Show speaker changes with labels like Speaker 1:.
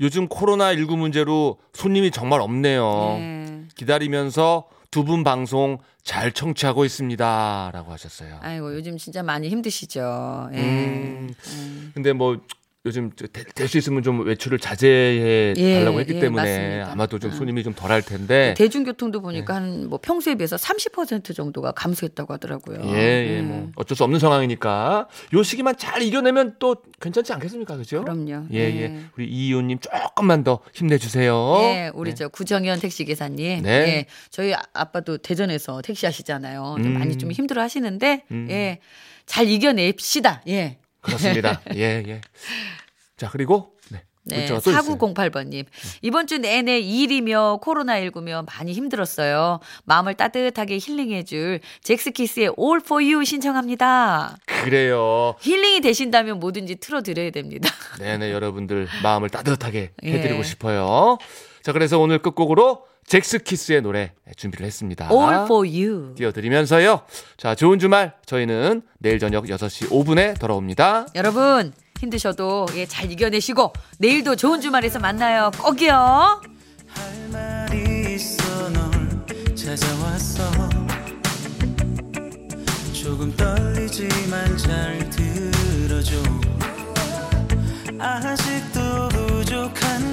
Speaker 1: 요즘 코로나19 문제로 손님이 정말 없네요.
Speaker 2: 예.
Speaker 1: 기다리면서 두 분 방송 잘 청취하고 있습니다. 라고 하셨어요.
Speaker 2: 아이고 요즘 진짜 많이 힘드시죠. 예.
Speaker 1: 음.
Speaker 2: 음.
Speaker 1: 근데 뭐 요즘 될 수 있으면 좀 외출을 자제해
Speaker 2: 예,
Speaker 1: 달라고 했기
Speaker 2: 예,
Speaker 1: 때문에
Speaker 2: 맞습니다. 네,
Speaker 1: 아마도 좀
Speaker 2: 아.
Speaker 1: 손님이 좀 덜 할 텐데
Speaker 2: 대중교통도
Speaker 1: 네.
Speaker 2: 보니까 한 뭐 평소에 비해서 30% 정도가 감소했다고 하더라고요.
Speaker 1: 예, 예,
Speaker 2: 음.
Speaker 1: 뭐 어쩔 수 없는 상황이니까 요 시기만 잘 이겨내면 또 괜찮지 않겠습니까, 그죠?
Speaker 2: 그럼요. 네.
Speaker 1: 예, 예, 우리 이이호님 조금만 더 힘내주세요.
Speaker 2: 예, 우리 저 구정현 택시 기사님.
Speaker 1: 네.
Speaker 2: 예. 저희 아- 아빠도 대전에서 택시 하시잖아요. 좀
Speaker 1: 음.
Speaker 2: 많이 좀 힘들어 하시는데
Speaker 1: 음.
Speaker 2: 예. 잘 이겨냅시다. 예.
Speaker 1: 그렇습니다. 예, 예. 자 그리고 네,
Speaker 2: 네,
Speaker 1: 문자가 또 있어요. 네.
Speaker 2: 4908번님. 이번 주 내내 일이며 코로나19며 많이 힘들었어요. 마음을 따뜻하게 힐링해줄 잭스키스의 All for You 신청합니다.
Speaker 1: 그래요.
Speaker 2: 힐링이 되신다면 뭐든지 틀어드려야 됩니다.
Speaker 1: 네네 여러분들 마음을 따뜻하게
Speaker 2: 예.
Speaker 1: 해드리고 싶어요. 자 그래서 오늘 끝곡으로 잭스키스의 노래 준비를 했습니다.
Speaker 2: All for You.
Speaker 1: 띄워드리면서요. 자 좋은 주말 저희는 내일 저녁 6시 5분에 돌아옵니다.
Speaker 2: 여러분, 힘드셔도 예, 잘 이겨내시고 내일도 좋은 주말에서 만나요. 꼭이요.
Speaker 3: 할 말이 있어 널 찾아왔어 조금 떨리지만 잘 들어줘 아직도 부족한